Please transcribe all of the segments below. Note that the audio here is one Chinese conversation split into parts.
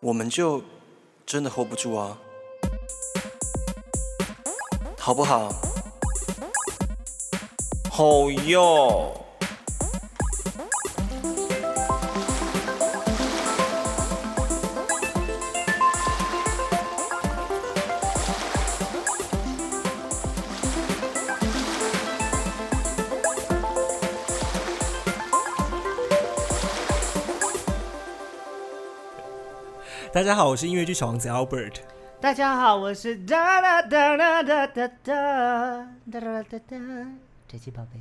我们就真的 hold 不住啊，好不好？吼哟！大家好，我是音乐剧小王子 Albert。大家好，我是哒哒哒哒哒哒哒哒哒哒哒，宅鸡宝贝，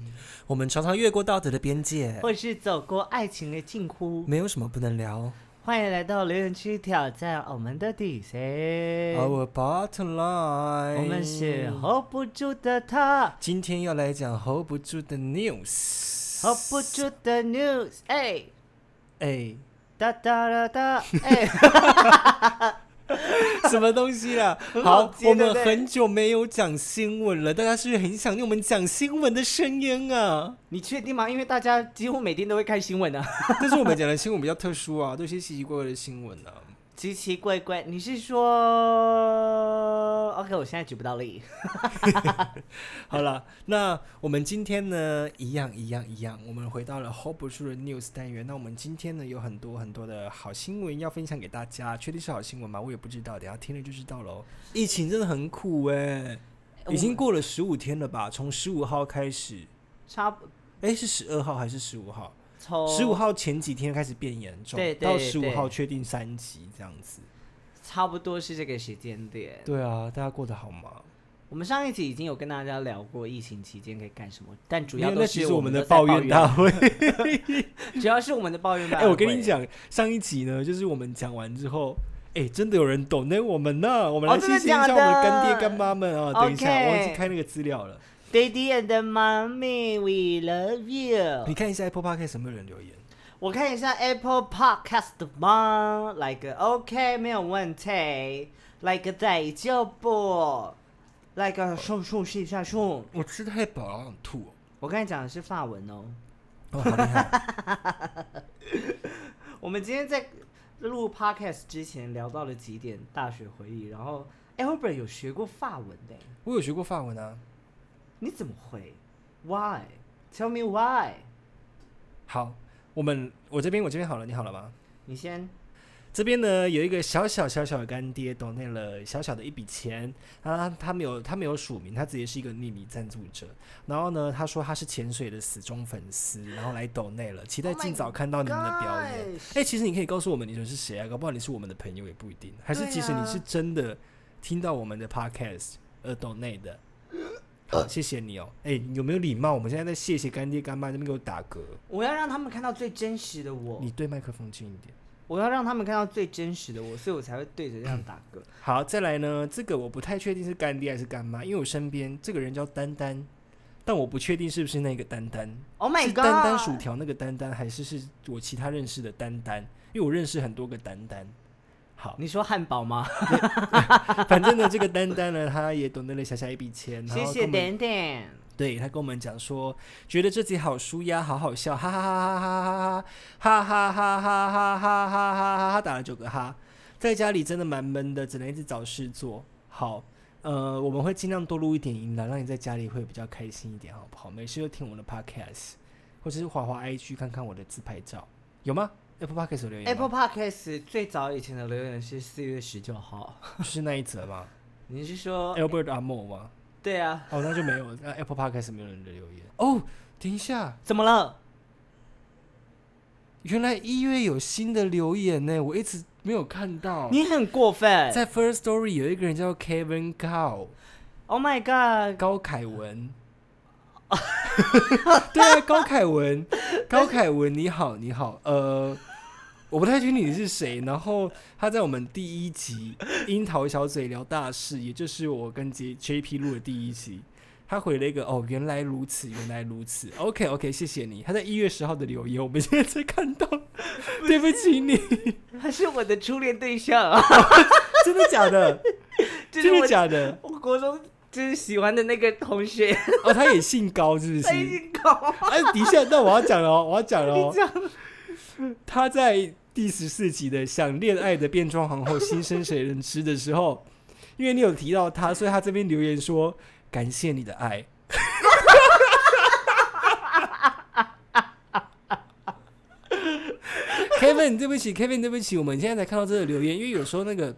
我们常常越过道德的边界，或是走过爱情的近乎，没有什么不能聊。欢迎来到留言区挑战我们的底线。 Our bottom line，我们是 hold 不住的他今天要来讲 hold 不住的 news。 ，hold 不住的 news，哎，哎，哒哒哒哒，哎，什么东西啦？ 很好好，接我对们不对很久没有讲新闻了，大家是不是很想念我们讲新闻的声音啊？你确定吗？因为大家几乎每天都会看新闻啊， 但是我们讲的新闻比较特殊啊，都是一些奇奇怪怪的新闻啊。奇奇怪怪。你是说？OK，我现在举不到例。好了，那我们今天呢，一样一样一样，我们回到了 hold 不住的 news 单元。那我们今天呢，有很多很多的好新闻要分享给大家，确定是好新闻吗？我也不知道，等一下听了就知道喽。疫情真的很苦哎、呃已经过了十五天了吧？从十五号开始，差不哎、是十二号还是十五号？从十五号前几天开始变严重，哦对对到十五对号确定三级这样子。差不多是这个时间点。对啊，大家过得好吗？我们上一集已经有跟大家聊过疫情期间可以干什么，但主没要有都那其是实我们的们都在抱怨大，会。主要是我们的 抱怨大哎、会。我跟你，讲，上一集呢，就是我们讲完之后，哎、真的有人懂那我们呢，我们来哦谢真的谢一下假我们的干爹干妈们啊！等一下，我忘记 OK 开那个资料了， Daddy and Mommy, we love 你 you。看一下 Apple Podcast 有没有人留言？我看一下 Apple Podcast 吗？来个 OK，没有问题。来个在就不，来个送送试一下送。我吃太饱了，好想吐哦！我刚才讲的是法文哦。哦，好厉害！ 我们今天在录 podcast 之前聊到了几点大学回忆，然后 Albert 有学过法文的，欸我有学过法文啊。你怎么会？Why? Tell me why？好，我们我这边我这边好了，你好了吗？你先，这边呢有一个小小小小的干爹懂内了小小的一笔钱，啊，他没有他没有署名，他直接是一个匿名赞助者。然后呢，他说他是潜水的死忠粉丝，然后来抖内了，期待 Oh my 尽早看到你们的表演。哎、 gosh 其实你可以告诉我们你们是谁啊，搞不好你是我们的朋友也不一定，还是对啊其实你是真的听到我们的 podcast 而抖内的。 好，谢谢你哦。哎、你有没有礼貌？我们现在在谢谢干爹干妈，那边给我打嗝。我要让他们看到最真实的我你，对麦克风近一点。我要让他们看到最真实的我，所以我才会对着这样打嗝。好，再来呢，这个我不太确定是干爹还是干妈，因为我身边这个人叫丹丹，但我不确定是不是那个丹丹 Oh my 是 god！丹丹薯条那个丹丹，还是是我其他认识的丹丹，因为我认识很多个丹丹。好，你说汉堡吗？反正呢，这个丹丹呢，他也懂得了小小一笔 钱，然谢后谢跟我们点点。对他跟我们讲说，觉得这集好舒压，好好笑，哈哈哈哈哈哈哈哈哈哈哈哈哈哈哈哈哈，打了九个哈，在家里真的蛮闷的，只能一直找事做。好，呃，我们会尽量多录一点音的，让你在家里会比较开心一点，好不好？没事就听我的 podcast，或者是滑滑 IG 看看我的自拍照，有吗？Apple Podcast 有留言吗 Apple Podcast 最早以前的留言是四月十九号，是那一则吗你是说？ ？Albert Amo 吗？对啊，哦，那就没有，那 Apple Podcast 没有人的留言。哦，等一下，怎么了？原来一月有新的留言呢，我一直没有看到。你很过分在 First Story 有一个人叫 Kevin Gao ！Oh my god！高凯文，对啊，高凯文，高凯文，你好，你好，呃，我不太确定你是谁。然后他在我们第一集《樱桃小嘴聊大事》，也就是我跟 J JP 录的第一集。他回了一个哦，原来如此，原来如此。OK OK，谢谢你。他在一月十号的留言，我们现在才看到，对不起你。他是我的初恋对象 啊，真的假的？ 就是真我的假的？我国中就是喜欢的那个同学，哦，他也姓高，是不他已是？经搞 哎，底下，那我要讲了哦，我要讲了你哦这。样，他在第十四集的《想恋爱的变装皇后》新生谁人吃的时候，因为你有提到他，所以他这边留言说：“感谢你的爱。”Kevin，对不起，Kevin，对不起，我们现在才看到这个留言，因为有时候那个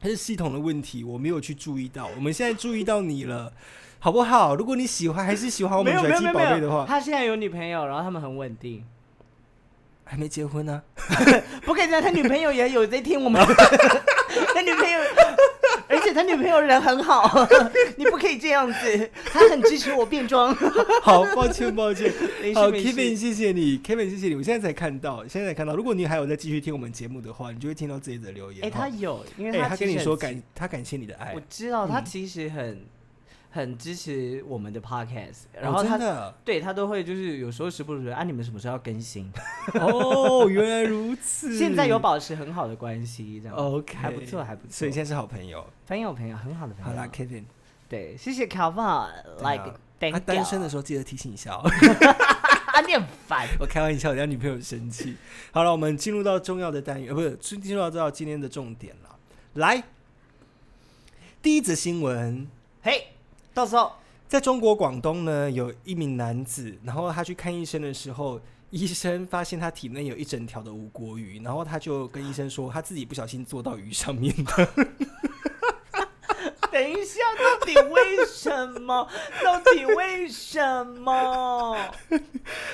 它是系统的问题，我没有去注意到。我们现在注意到你了，好不好？如果你喜欢还是喜欢我没们拽有没有鸡没有宝没贝的有，话，他现在有女朋友，然后他们很稳定。还没结婚呢、不可以这样，他女朋友也有在听我们，他女朋友，而且他女朋友人 很好，你不可以这样子，他很支持我变装。 好，抱歉，抱 歉。没事好没哦，Kevin，事，谢谢你，Kevin，谢谢你。我现在才看到，现在才看到。如果你还有在继续听我们节目的话，你就会听到这一则留言。哎，他哈有，因为哎、他其跟实你很说支感，嗯他感谢你的爱我。知道他其实很很支持我们的 podcast，然后哦、他真的对他都会就是有时候时不时地啊，你们什么时候要更新？ 哦，原来如此。现在有保持很好的关系，这样嗯 OK，还不错，还不错。嗯所以现在是好朋友。朋友朋友很好的朋好友。啦，Kevin，对，谢谢 Calvin 对啊 like 他 thank 单身 you 的。时候记得提醒一下哦。 啊，你很烦。我开玩笑，让女朋友生气。好了，我们进入到重要的单元，呃，不是进进入到到今天的重点了。来，第一则新闻。嘿，到时候在中国广东呢，有一名男子，然后他去看医生的时候，医生发现他体内有一整条的无国鱼，然后他就跟医生说，他自己不小心坐到鱼上面的。等一下，到底为什 么？到底为什么？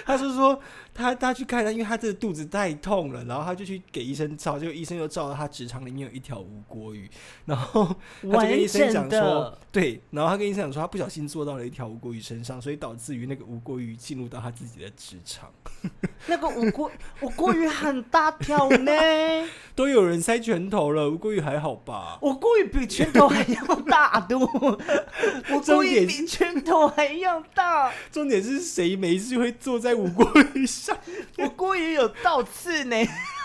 他是说他他去看他，因为他这个肚子太痛了，然后他就去给医生照，结果医生又照到他直肠里面有一条无国鱼，然后他就跟医生讲完整的说，对，然后他跟医生讲说他不小心坐到了一条无国鱼身上，所以导致于那个无国鱼进入到他自己的直肠。那个五 锅五锅鱼很大条呢，都有人塞拳头了，无国鱼还好吧？五锅鱼比拳头还要大 的哦，五锅重鱼点比拳头还要大，重点是谁没事会坐在五锅鱼上？ 五锅鱼有倒刺呢，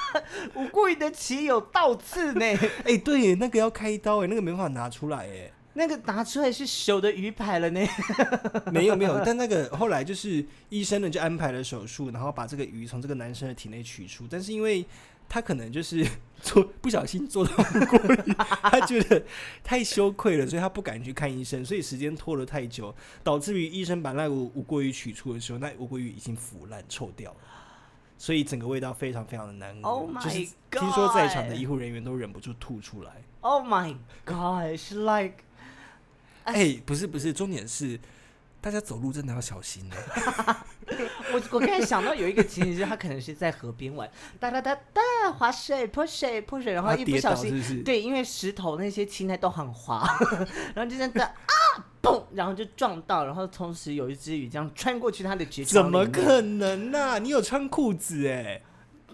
五锅鱼的鳍有倒刺呢， 哎、对耶，那个要开刀哎，那个没办法拿出来哎。那个拿出来是熟的鱼排了呢。 没有没有，但那个后来就是医生呢就安排了手术，然后把这个鱼从这个男生的体内取出，但是因为。他可能就是 做不小心做到五锅鱼，他觉得太羞愧了，所以他不敢去看医生，所以时间拖了太久，导致于医生把那个五锅鱼取出的时候，那五锅鱼已经腐烂臭掉了，所以整个味道非常非常的难闻。 Oh my 就是听说在场的 God 医护人员都忍不住吐出来。 Oh my gosh，like 哎、不是不是，重点是大家走路真的要小心哦的。我我刚才想到有一个情景是，他可能是在河边玩，哒哒哒哒，划水泼水泼水，然后他一不跌小倒心，是不是？对，因为石头那些青苔都很滑， 然后就这样哒啊嘣，然后就撞到，然后同时有一只鱼这样穿过去他的直肠怎里么面可能呢、你有穿裤子哎、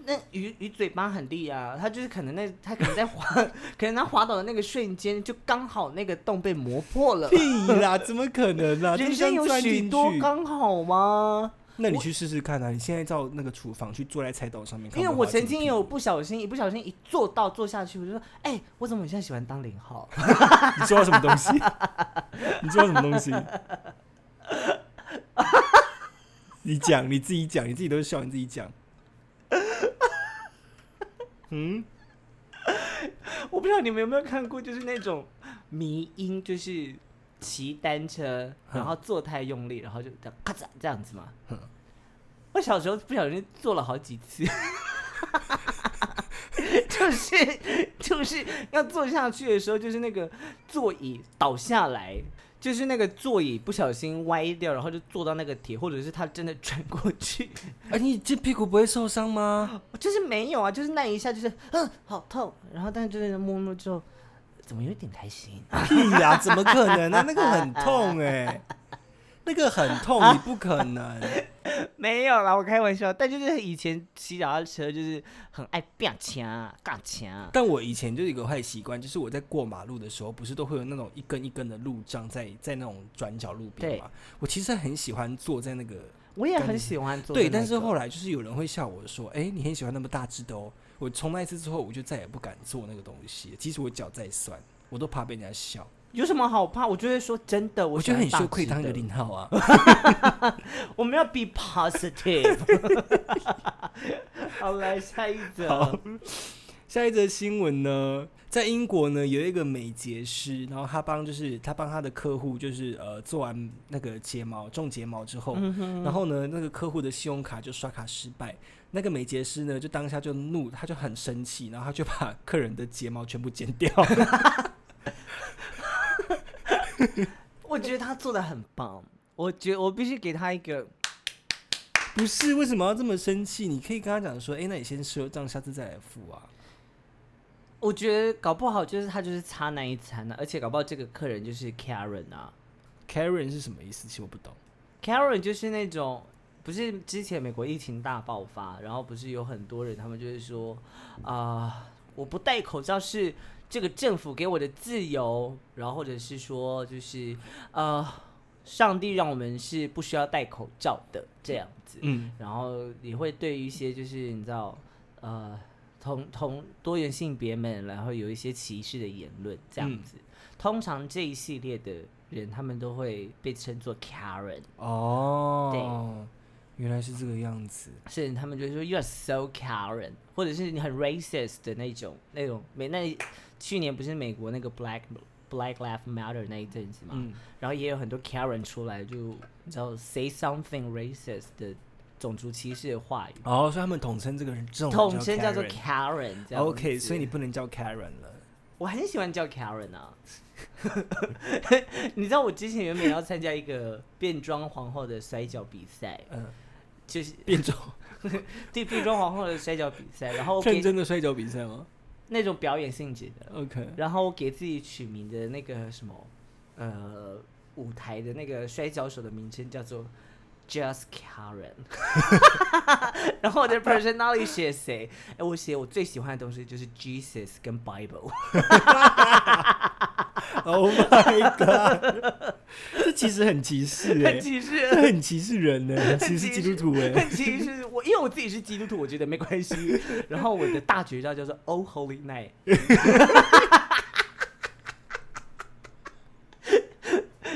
那鱼鱼嘴巴很利啊，它就是可能那它可能在滑， 可能它滑倒的那个瞬间就刚好那个洞被磨破了。屁 啦，怎么可能呢、啊？人生有许多刚好吗？那你去试试看啊！你现在到那个厨房去坐在菜刀上面，因为看我会滑进曾经屁有股，不小心，一不小心一坐到坐下去，我就说，哎、我怎么现在喜欢当零号？ 你知道什么东西？你知道什么东 西？你讲，你自己讲，你自己都笑，你自己讲。嗯，我不知道你们有没有看过，就是那种迷音，就是骑单车，然后坐太用力，然后就这样咔嚓这样子嘛。我小时候不小心做了好几次，就是就是要坐下去的时候，就是那个座椅倒下来。就是那个座椅不小心歪掉，然后就坐到那个铁，或者是他真的转过去，哎、你这屁股不会受伤吗？ 就是没有啊，就是那一下就是，嗯，好痛，然后但是就是摸摸之后，怎么有点开心？ 屁呀、怎么可能呢、啊那个很痛哎、那个很痛，你不可能。没有啦，我开玩笑。但就是以前骑脚踏车就是很爱变枪、尬枪。但我以前就有一个坏习惯，就是我在过马路的时候，不是都会有那种一根一根的路障在在那种转角路边对嘛？我其实很喜欢坐在那个我也很喜欢做、对，但是后来来就是有人会笑我说：“哎、你很喜欢那么大只的哦。”我从那一次之后，我就再也不敢坐那个东西，即使我脚再酸，我都怕被人家笑。有什么好怕？我就会说真的，我觉觉得得很羞愧，当一个零，零号啊。我们要 be positive。好，来下一好则。下一则新闻呢，在英国呢有一个美睫师，然后他帮就是他帮他的客户就是呃做完那个睫毛种睫毛之后，然后呢那个客户的信用卡就刷卡失败，那个美睫师呢就当下就怒，他就很生气，然后他就把客人的睫毛全部剪掉。我觉得他做的很棒，我觉我必须给他一个。不是为什么要这么生气？你可以跟他讲说，哎、那你先赊账，下次再来付啊。我觉得搞不好就是他就是差那一餐呢、而且搞不好这个客人就是 Karen 啊 Karen 是什么意思？其实我不懂。 ，Karen 就是那种不是之前美国疫情大爆发，然后不是有很多人他们就是说啊、我不戴口罩是这个政府给我的自由，然后或者是说就是呃，上帝让我们是不需要戴口罩的这样子，嗯，然后你会对于一些就是你知道，呃，同同多元性别们，然后有一些歧视的言论这样子。通常这一系列的人，他们都会被称作 Karen，哦，原来是这个样子。甚至他们就会说 You're so Karen，或者是你很 racist 的那种那种美那去年不是美国那个 Black Black Lives Matter 那一阵子嘛，嗯，然后也有很多 Karen 出来就你知道 say something racist 的种族歧视的话语。哦，所以他们统称这个人，这种人统称叫做 Karen Karen 这样子。哦 OK，所以你不能叫 Karen 了。我很喜欢叫 Karen 啊。 你知道我之前原本要参加一个变装皇后的摔跤比赛， 嗯，就是变种对变装皇后的摔跤比赛，然后我认给真的摔跤比赛吗那种表演性质的， ？OK，然后我给自己取名的那个什么呃舞台的那个摔跤手的名称叫做 Just Karen，然后我的 personality 写谁？哎，我写我最喜欢的东西就是 Jesus 跟 Bible。 Oh my god！这 其实很歧视哎、很歧视，这很歧视人呢、欸，歧视基督徒哎、很歧视我，因为我自己是基督徒，我觉得没关系。然后我的大绝招叫做 “Oh Holy Night”，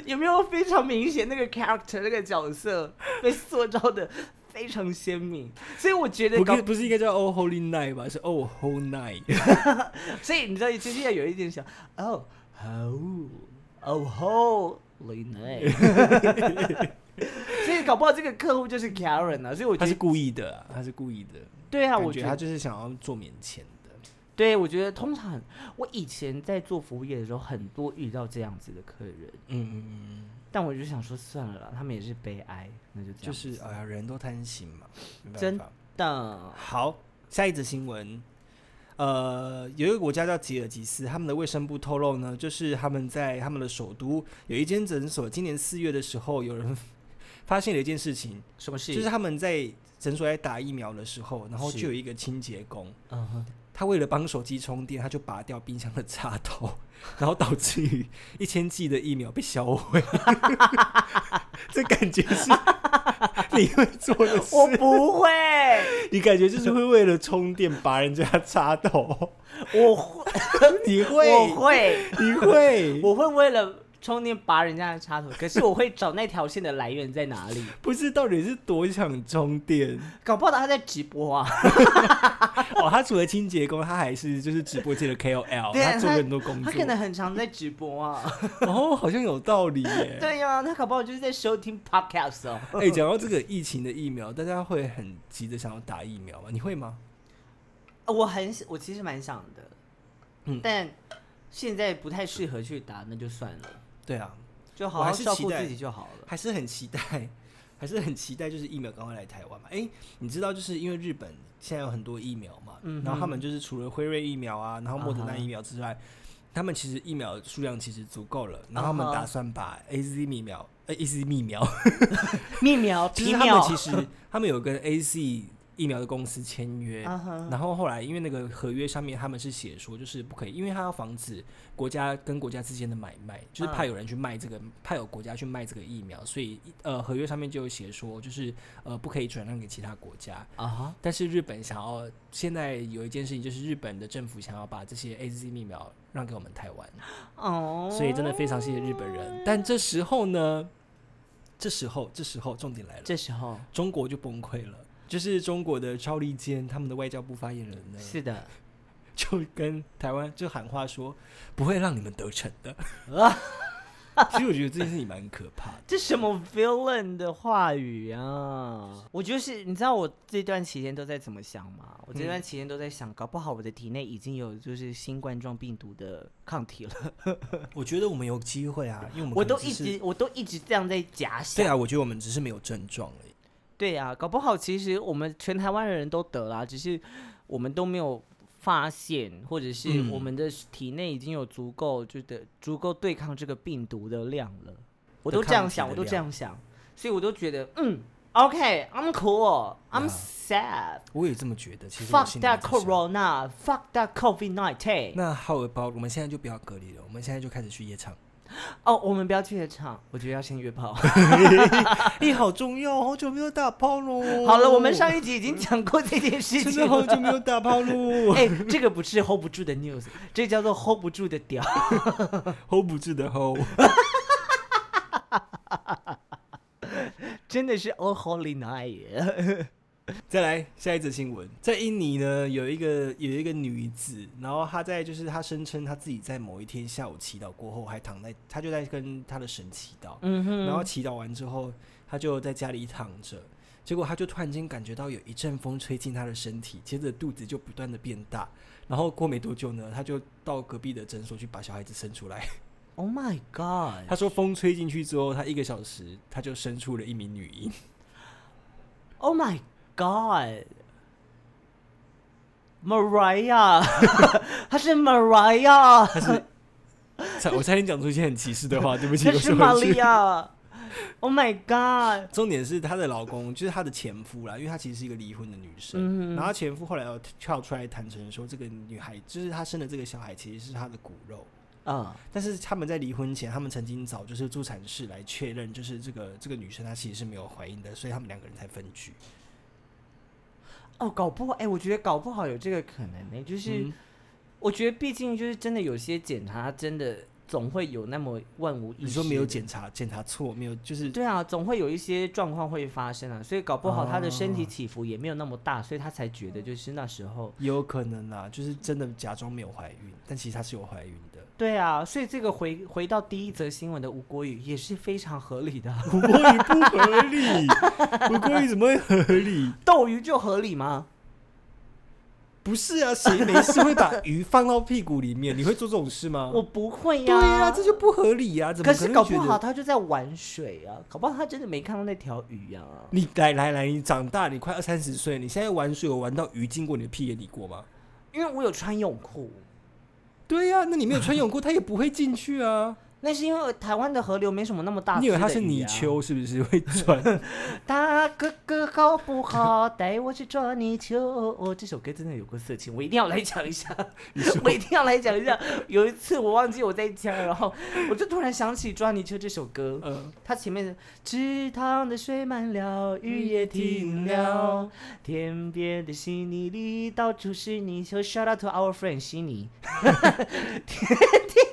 有没有非常明显那个 character 那个角色被塑造的非常鲜明？所以我觉得不搞该，不是应该叫 Oh Holy Night 吧？是 Oh Holy Night。所以你知道，其实要有一点想，Oh Oh Oh Holy Night，所以搞不好这个客户就是 Karen 啊，所以我觉他得是故意的、啊，他是故意的。对啊，感我觉觉他得，就是想要做免钱的。对我觉得通常我以前在做服务业的时候，很多遇到这样子的客人，嗯嗯嗯。但我就想说算了啦，他们也是悲哀，那就这就样。是哎呀，人都贪心嘛，没办真法的，好，下一则新闻，呃，有一个国家叫吉尔吉斯，他们的卫生部透露呢，就是他们在他们的首都有一间诊所，今年四月的时候，有人 发现了一件事情，什么事？就是他们在诊所在打疫苗的时候，然后是就有一个清洁工。嗯 哼，他为了帮手机充电，他就拔掉冰箱的插头， 然后导致于一千 G 的疫苗被销毁。 这感觉是 你会做的事，我不会，你感觉就是会为了充电拔人家插 头，我会，你会，我会，你会，我会为了。充电拔人家的插头，可是我会找那条线的来源在哪里。不是到底是多想充 电搞不好他在直播啊，哦？他除了清洁工，他还是就是直播界的 KOL，对啊哦他做了很多工他作，可能很常在直 播啊。哦，好像有道理耶。 对呀、他搞不好就是在收听 podcast 哦。哎、讲到这个疫情的疫苗，大家会很急着想要打疫苗吗？你会吗？我很喜，我其实蛮想的，嗯但现在不太适合去打，那就算了，对啊，就我好还好是照期顾待自己就好了。还是很期待， 还是很期待，就是疫苗赶快来台湾嘛。哎、你知道，就是因为日本现在有很多疫苗嘛，嗯哼然后他们就是除了辉瑞疫苗啊，然后莫德啊纳哈疫苗之外，他们其实疫苗数量其实足够了，然后他啊们哈打算把 A Z 疫苗，呃 A Z 疫苗，疫苗， 其实皮他们 秒，其实他们有跟 A Z 疫苗的公司签约。啊哈，然后后来，因为那个合约上面他们是写说，就是不可以，因为他要防止国家跟国家之间的买卖，就是怕有人去卖这个，嗯怕有国家去卖这个疫苗，所以呃，合约上面就有写说，就是呃，不可以转让给其他国家。啊哈，但是日本想要，现在有一件事情就是日本的政府想要把这些 A Z 疫苗让给我们台湾，哦，所以真的非常谢谢日本人。但这时候呢，这时候这时候重点来了，这时候中国就崩溃了。就是中国的赵立坚，他们的外交部发言人呢，是的，就跟台湾就喊话说，不会让你们得逞 的。其实我觉得这件事情蛮可怕的。这什么 villain 的话语啊！我就是你知道我这段期间都在怎么想吗？我这嗯段期间都在想，搞不好我的体内已经有就是新冠状病毒的抗体了。我觉得我们有机会 啊，因为我们我可能都只一是直我都一直这样在假想。对啊，我觉得我们只是没有症状而已。对啊，搞不好其实我们全台湾人都得啦，只是我们都没有发现，或者是嗯我们的体内已经有足够就的足够对抗这个病毒的量了。我的都这样抗体想，的我都这量样想，所以我都觉得嗯，OK，I'm、cool，I'm sad。我也这么觉得。其实我 Fuck 心里 that 就是 corona, fuck that COVID nineteen。那 how about 我们现在就不要隔离了，我们现在就开始去夜场。哦，我们不要去夜场，我觉得要先 约炮。哎、好重要，好久没有打炮 喽。好了，我们上一集已经讲过这 件事真情的好了。久没有打炮 喽哎、这个不是 hold 不住的 news，这叫做 hold 不住的屌。 ，hold 不住的 hold。真的是 Oh Holy Night，再来下一则新闻，在印尼呢有一个有一个女子，然后她在就是她声称她自己在某一天下午祈祷过后，还躺在她就在跟她的神祈祷，嗯哼然后祈祷完之后，她就在家里躺着，结果她就突然间感觉到有一阵风吹进她的身体，接着肚子就不断的变大，然后过没多久呢，她就到隔壁的诊所去把小孩子生 出来。 ，Oh my God，她说风吹进去之后，她一个小时她就生出了一名女婴。 Oh my God。Maria，她是 Maria，差我差点讲出一些很歧视的话，对不起，她我是说回玛去利亚。Oh my God，重点是她的老公，就是她的前夫啦，因为她其实是一个离婚的女生。嗯然后她前夫后来有跳出来坦诚说，这个女孩就是她生的这个小孩其实是她的骨肉。啊，但是他们在离婚前，他们曾经找就是助产士来确认，就是这个这个女生她其实是没有怀孕的，所以他们两个人才分居。哦，搞不好，哎、我觉得搞不好有这个可能呢、就是、嗯我觉得毕竟就是真的有些检查，真的总会有那么万无一失。你说没有？检查检查错，没有就是对啊，总会有一些状况会发生啊，所以搞不好他的身体哦嗯起伏也没有那么大，所以他才觉得就是那时候。也有可能啦，就是真的假装没有怀孕，但其实她是有怀孕的。对啊，所以这个回回到第一则新闻的吴国语也是非常合理的，我国语不合理， 我国语怎么会合理？斗鱼就合理吗？不是啊，谁没事会把鱼放到屁股里面？你会做这种事吗？我不会对呀、呀、这就不合理呀、怎么啊可能是会搞不觉得好他就在玩水啊，搞不好他真的没看到那条鱼啊。你来来来，你长大，你快二三十岁，你现在玩水有玩到鱼经过你的屁眼里过吗？因为我有穿泳裤，对呀、那你没有穿泳裤，它也不会进去啊。那是因为台湾的啊河流没什么那么大、你以为它是泥？鳅是不是会 钻？大哥哥好不好？带我去抓泥鳅。哦，这首歌真的有个色情，我一定要来讲一下。我一定要来讲一下。有一次我忘记我在家，然后我就突然想起《抓泥鳅》这首歌。嗯，它前面的池塘的水满了，雨也停了，天边的稀泥里到处是泥鳅。Shout out to our friend 悉尼，天天，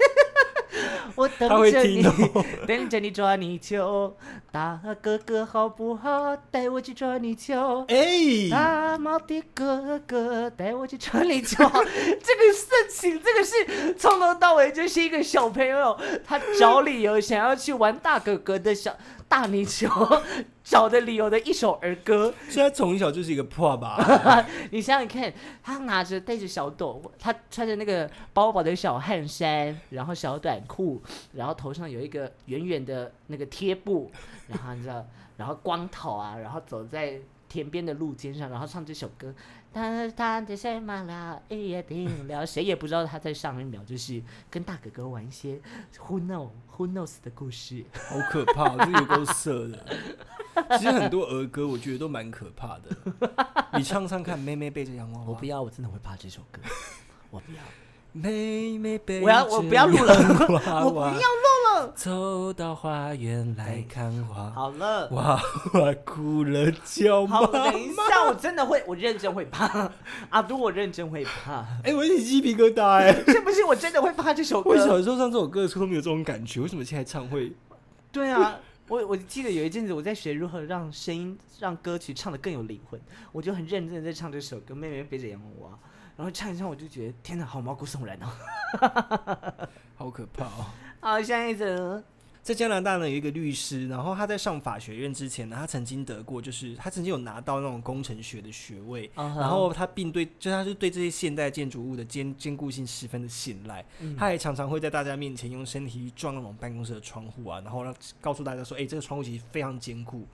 我等它会着听你，哦。等着你抓泥鳅，大哥哥好不好？带我去抓泥鳅。哎、大猫的哥哥带我去城里抓，这个事情，这个是从头到尾就是一个小朋友，他找理由想要去玩大哥哥的小大泥鳅， 找的理由的一首儿歌。所以它从小就是一个破吧。 你想想看，他拿着带着小斗，他穿着那个包包的小汗衫，然后小短裤，然后头上有一个圆圆的那个贴布，然后你知道，然后光头啊，然后走在田边的路肩上，然后唱这首歌，他他的什么啦，哎呀停了，谁也不知道他在上一秒就是跟大哥哥玩一些 who know who knows 的故事。好可怕、哦，这有够色的。其实很多儿歌我觉得都蛮可怕的。你唱唱看，妹妹背着洋娃娃，我不要，我真的会怕这首歌， 我不要，妹妹背着我要我不要录了洋娃我不要娃，录了。走到花园来看花，好了，娃娃哭了叫妈好，等一妈。 下，我真的会，我认真会怕。 阿都，我认真会 怕，哎、我起鸡皮疙瘩哎、是不是？我真的会怕这首我歌。小时候唱这首歌的时候都没有这种感觉，为什么现在唱会？对啊，我我记得有一阵子我在学如何让声音、让歌曲唱得更有灵魂，我就很认真的在唱这首歌《妹妹背着洋娃娃》，然后唱一唱，我就觉得天哪，好毛骨悚然哦。好可怕哦！ 好，下一则。在加拿大呢，有一个律师，然后他在上法学院之前呢，他曾经得过，就是他曾经有拿到那种工程学的学位嗯哼然后他并对，就他是对这些现代建筑物的坚坚固性十分的信赖，嗯他也常常会在大家面前用身体撞那种办公室的窗户啊，然后让告诉大家说，哎、这个窗户其实非常坚固。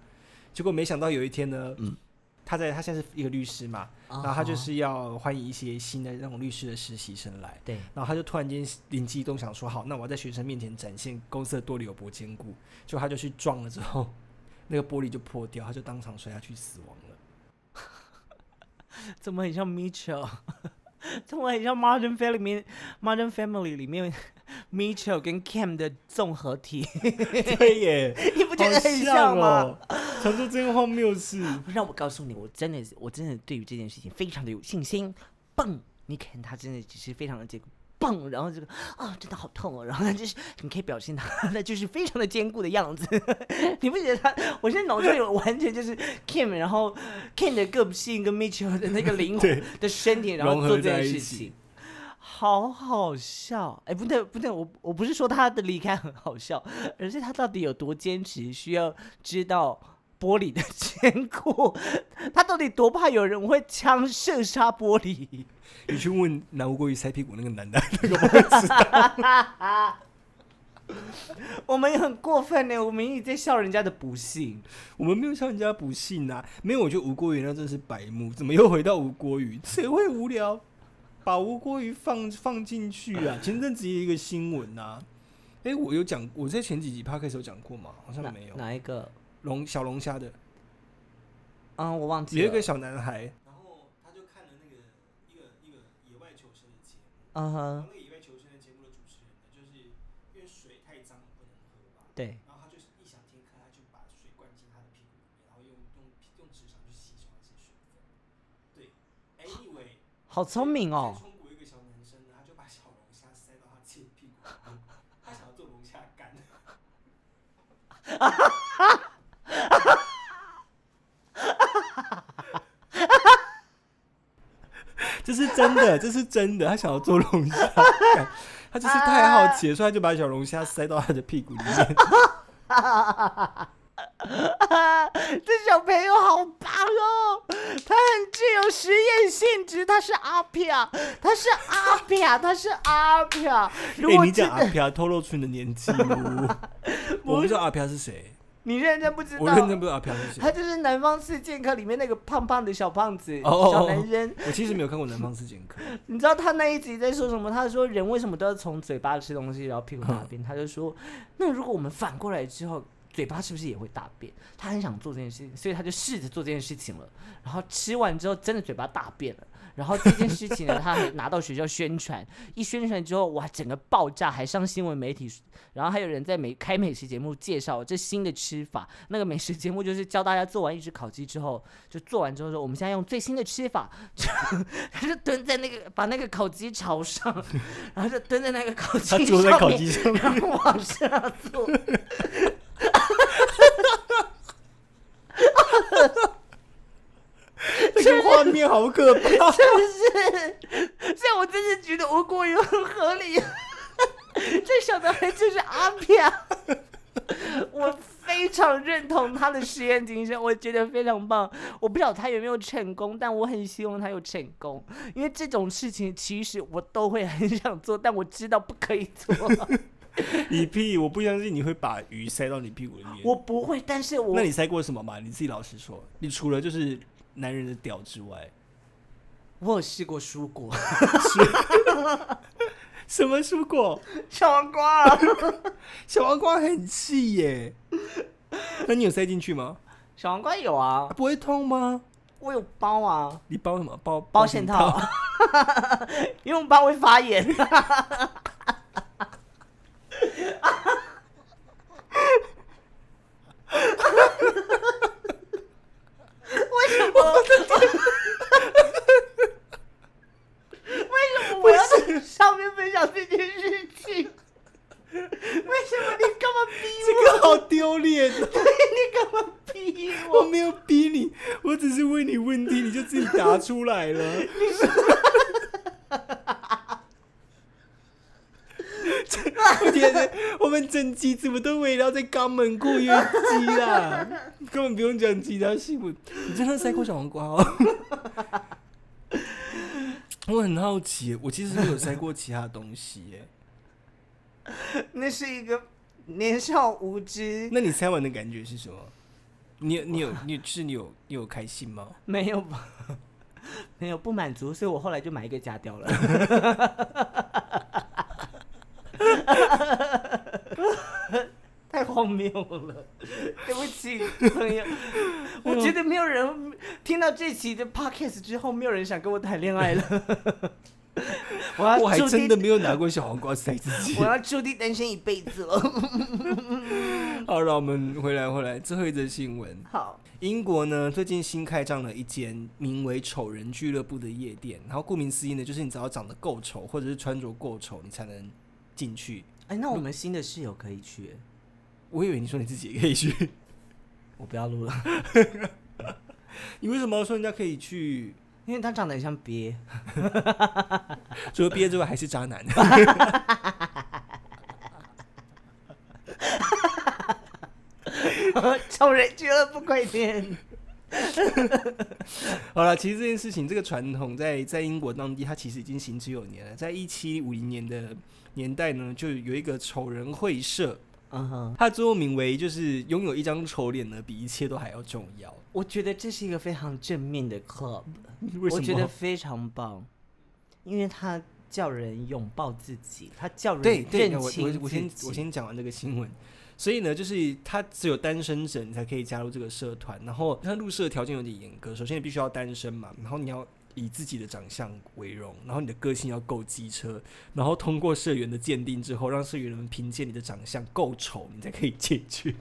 结果没想到有一天呢，他在他现在是一个律师嘛，然后他就啊是要欢迎一些新的那种律师的实习生来。对，然后他就突然间灵机一动，想说好，那我要在学生面前展现公司的多柳博坚固。就他就去撞了之后， 那个玻璃就破掉，他就当场摔下去死亡了。 怎么很像 Mitchell？怎么很像 Modern Family 里面 Modern Family 里面 Mitchell 跟Cam 的综合体？对耶，你不不觉得很像哦吗？？常说哦这个荒谬事， 让我告诉你，我真的，我真的对于这件事情非常的有信心。蹦，你看他真的只是非常的这个蹦，然后这个啊，真的好痛哦。然后他就是，你可以表现他，那就是非常的坚固的样子。 你不觉得他？我现在脑中有完全就是 Kim，然后 Kim 的个性跟 Mitchell 的那个灵对魂的身体，然融后合做这在件一事起情。好好笑，哎，不对不对，我我不是说他的离开很好笑，而是他到底有多坚持，需要知道玻璃的 坚固，他到底多怕有人会枪射杀玻璃？你去问南无国语塞屁股那个男的， 那个不会知道。我们也很过分呢，我们也在笑人家的不幸。我们没有笑人家不信啊，没有，我觉得吴郭鱼那真是白目，怎么又回到吴郭鱼？谁会无聊把吴郭鱼放放进去啊？前阵子也有一个新闻啊，哎、我有讲，我在前几集 p o d c a s 有讲过吗？好像哪没有。哪一个？龙小龙虾的嗯，我忘记有一了。个小男孩，然后他就看了那个一个一个野外求生的节目，嗯然后哼，那个野外求生的节目的主持人呢，就是因为水太脏了不能喝吧，对，然后他就是异想天开，他就把水灌进他的屁股里面，然后用用用纸张去吸收那些水分。对，anyway，好聪明哦在。中国有一个小男生呢，他就把小龙虾塞到他自己屁股里面，他想要做龙虾干。这是真的，这是真的，他想要做龙虾干，他就是太好奇了，所以他就把小龙虾塞到他的屁股里 面。 这小朋友好棒哦，他很具有实验性质，他是阿飘，他是阿飘， 他是阿飘。如哎、果你真讲阿的飘，透露出你的年纪 哦。我不知道阿飘是谁，你认真不知道，我认真不知道阿飘是他谁。就是《南方四剑客》里面那个胖胖的小胖子哦哦哦小男人。我其实没有看过《南方四剑客》，你知道他那一集在说什么？他说人为什么都要从嘴巴吃东西，然后屁股大便？他就说，那如果我们反过来之后，嘴巴是不是也会大便？他很想做这件事情，所以他就试着做这件事情了。然后吃完之后，真的嘴巴大便了。然后这件事情呢，他还拿到学校宣传， 一宣传之后，哇，整个爆炸，还上新闻媒体，然后还有人在美开美食节目介绍这新的吃法。那个美食节目就是教大家做完一只烤鸡之后，就做完之后说，我们现在用最新的吃法，他就蹲在那个把那个烤鸡朝上，然后就蹲在那个烤他鸡坐在上烤面，鸡上面。然后往上坐。 这个画面好可怕！所以我真的觉得无国语很合理。这小男孩就是阿飘，我非常认同他的实验精神，我觉得非常棒。我不知道他有没有成功，但我很希望他有成功，因为这种事情其实我都会很想做，但我知道不可以 做。你屁！我不相信你会把鱼塞到你屁股里面。我不会，但是我那你塞过什么嘛？你自己老实说。你除了就是男人的屌之外，我有试过蔬果，什么蔬果？ 小黄瓜啊， 小黄瓜很细耶。那你有塞进去吗？小黄瓜有啊啊，不会痛吗？我有包啊，你包什么？包包线套，， 因为我包会发炎。为什么？为什么我要在上面分享这件事情？为什么你干嘛逼 我？这个好丢脸哦！对 你干嘛逼 我我？没有逼你，我只是问你问题，你就自己答出来了。这我觉得我们整集怎么都围绕在肛门括约肌啦，根本不用讲其他新闻。你真的塞过小黄瓜哦？ 我很好奇，我其实没有塞过其他东西耶。那是一个年少无知，那你塞完的感觉是什么？你有你有你有是你有你有开心吗？没有吧？ 没有不满足，所以我后来就买一个假掉了。 太荒谬了，对不起，朋友。我觉得没有人听到这期的 podcast 之后，没有人想跟我谈恋爱 了。我要我还注定真的没有拿过小黄瓜塞自己我。要注定单身一辈子了。 好了，我们回来回来，最后一则新闻。好，英国呢，最近新开张了一间名为“丑人俱乐部”的夜店。然后顾名思义呢，就是你只要长得够丑，或者是穿着够丑，你才能进去。哎，那我们新的室友可以去，我以为你说你自己也可以去， 我不要录了， 你为什么要说人家可以去？因为他长得很像鳖。除了毕业之外还是渣男。 丑人俱乐部快点！好了，其实这件事情，这个传统在在英国当地，它其实已经行之有年了。在一七五零年的年代呢，就有一个丑人会社，嗯哼，它最后名为就是拥有一张丑脸呢，比一切都还要重要。我觉得这是一个非常正面的 club，为什么？我觉得非常棒，因为它叫人拥抱自己，它叫人对对，认我清我我先自己我先讲完这个新闻。所以呢，就是他只有单身者你才可以加入这个社团，然后他入社条件有点严格，首先你必须要单身嘛，然后你要以自己的长相为荣，然后你的个性要够机车，然后通过社员的鉴定之后，让社员们凭借你的长相够丑，你才可以进去。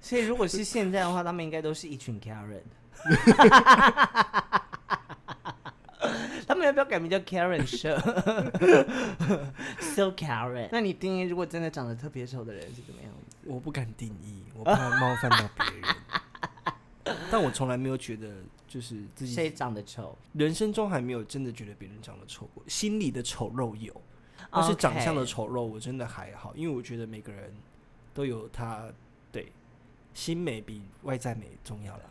所以如果是现在的话，他们应该都是一 群 Karen。他们要不要改名叫 Karen Show？So Karen。那你定义如果真的长得特别丑的人是怎么样的？我不敢定义，我怕冒犯到别人， 但我从来没有觉得就是自己谁长得丑？人生中还没有真的觉得别人长得丑过，心里的丑陋有，但是长相的 OK 丑陋我真的还好，因为我觉得每个人都有他对心美比外在美重 要了。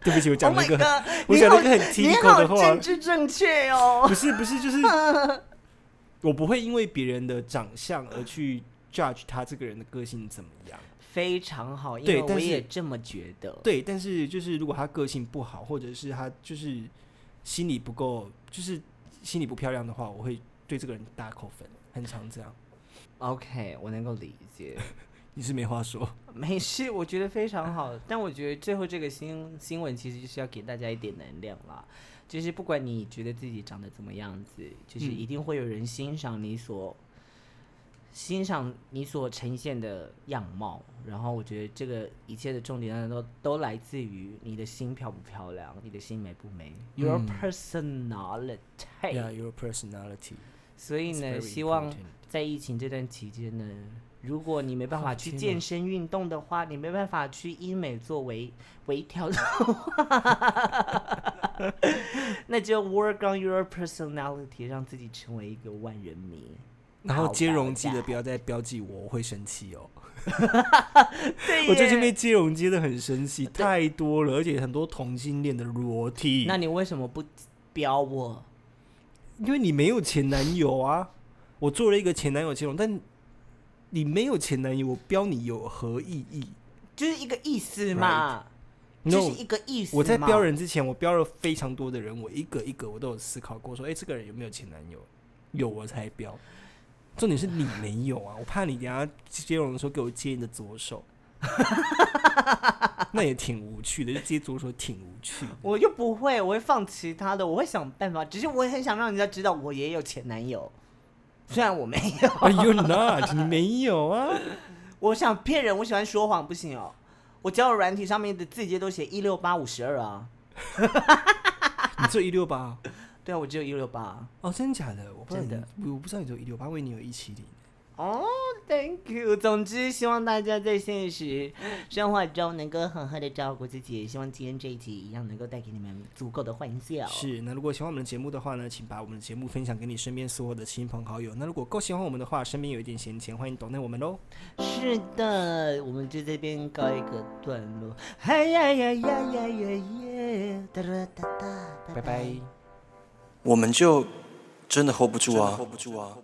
对不起，我 Oh 讲了 my 一个 god！很我讲了一个很你 typical 好的话政，治正确哦。不是不是，就是我不会因为别人的长相而去 judge 他这个人的个性怎么样。非常好，因对为但我是也这么觉得。对，但是就是如果他个性不好，或者是他就是心理不够，就是心理不漂亮的话，我会对这个人大扣分，很常这样。 OK，我能够理解。你是没话说， 没事，我觉得非常好。但我觉得最后这个新新闻其实就是要给大家一点能量啦，就是不管你觉得自己长得怎么样子，就是嗯一定会有人欣赏你所、欣赏你所呈现的样貌。然后我觉得这个一切的重点都都来自于你的心漂不漂亮，你的心美不美、y o u r 嗯 personality。 yeah, your personality. 所以 is 呢， very 希望 important. 在疫情这段期间呢，如果你没办法去天哪健身运动的话，你没办法去医美做微微调的话， 那就 work on your personality，让自己成为一个万人迷。然后好接吧容记大得家不要再标记我，我会生气哦。对我最近耶被接容接的很生气，太多了，而且很多同性恋的裸体。那你为什么不标我？因为你没有前男友啊，我做了一个前男友接容，但你没有前男友，我标你有何意义就是一个意思嘛？No，就是一个意思嘛。我在标人之前，我标了非常多的人，我一个一个我都有思考过，说，哎、这个人有没有前男友？有我才标。重点是你没有啊，我怕你等一下接容的时候给我接你的左手。 那也挺无趣的，就自己做说挺无趣的。我又不会，我会放其他的，我会想办法。只是我很想让人家知道我也有前男友，虽然我没有。 Are you not？你没有啊？我想骗人，我喜欢说谎，不行哦。我交友软体上面的字节都写一六八五十二啊，你只有一六八对啊，我只有一六八。哦？真的假的？我不知道你真的，我我不知道你只有一六八，我以为你有一七零。哦、t h a n k you。总之，希望大家在现实生活中能够好好的照顾自己，也希望今天这一集一样能够带给你们足够的欢笑。是，那如果喜欢我们的节目的话呢，请把我们的节目分享给你身边所有的亲朋好友。那如果够喜欢我们的话，身边有一点闲钱，欢迎懂内我们喽。是的，我们就这边告一个段落。嗨呀呀呀呀呀耶！哒哒哒哒，拜拜。我们就真的 hold 不住啊，hold 不住啊。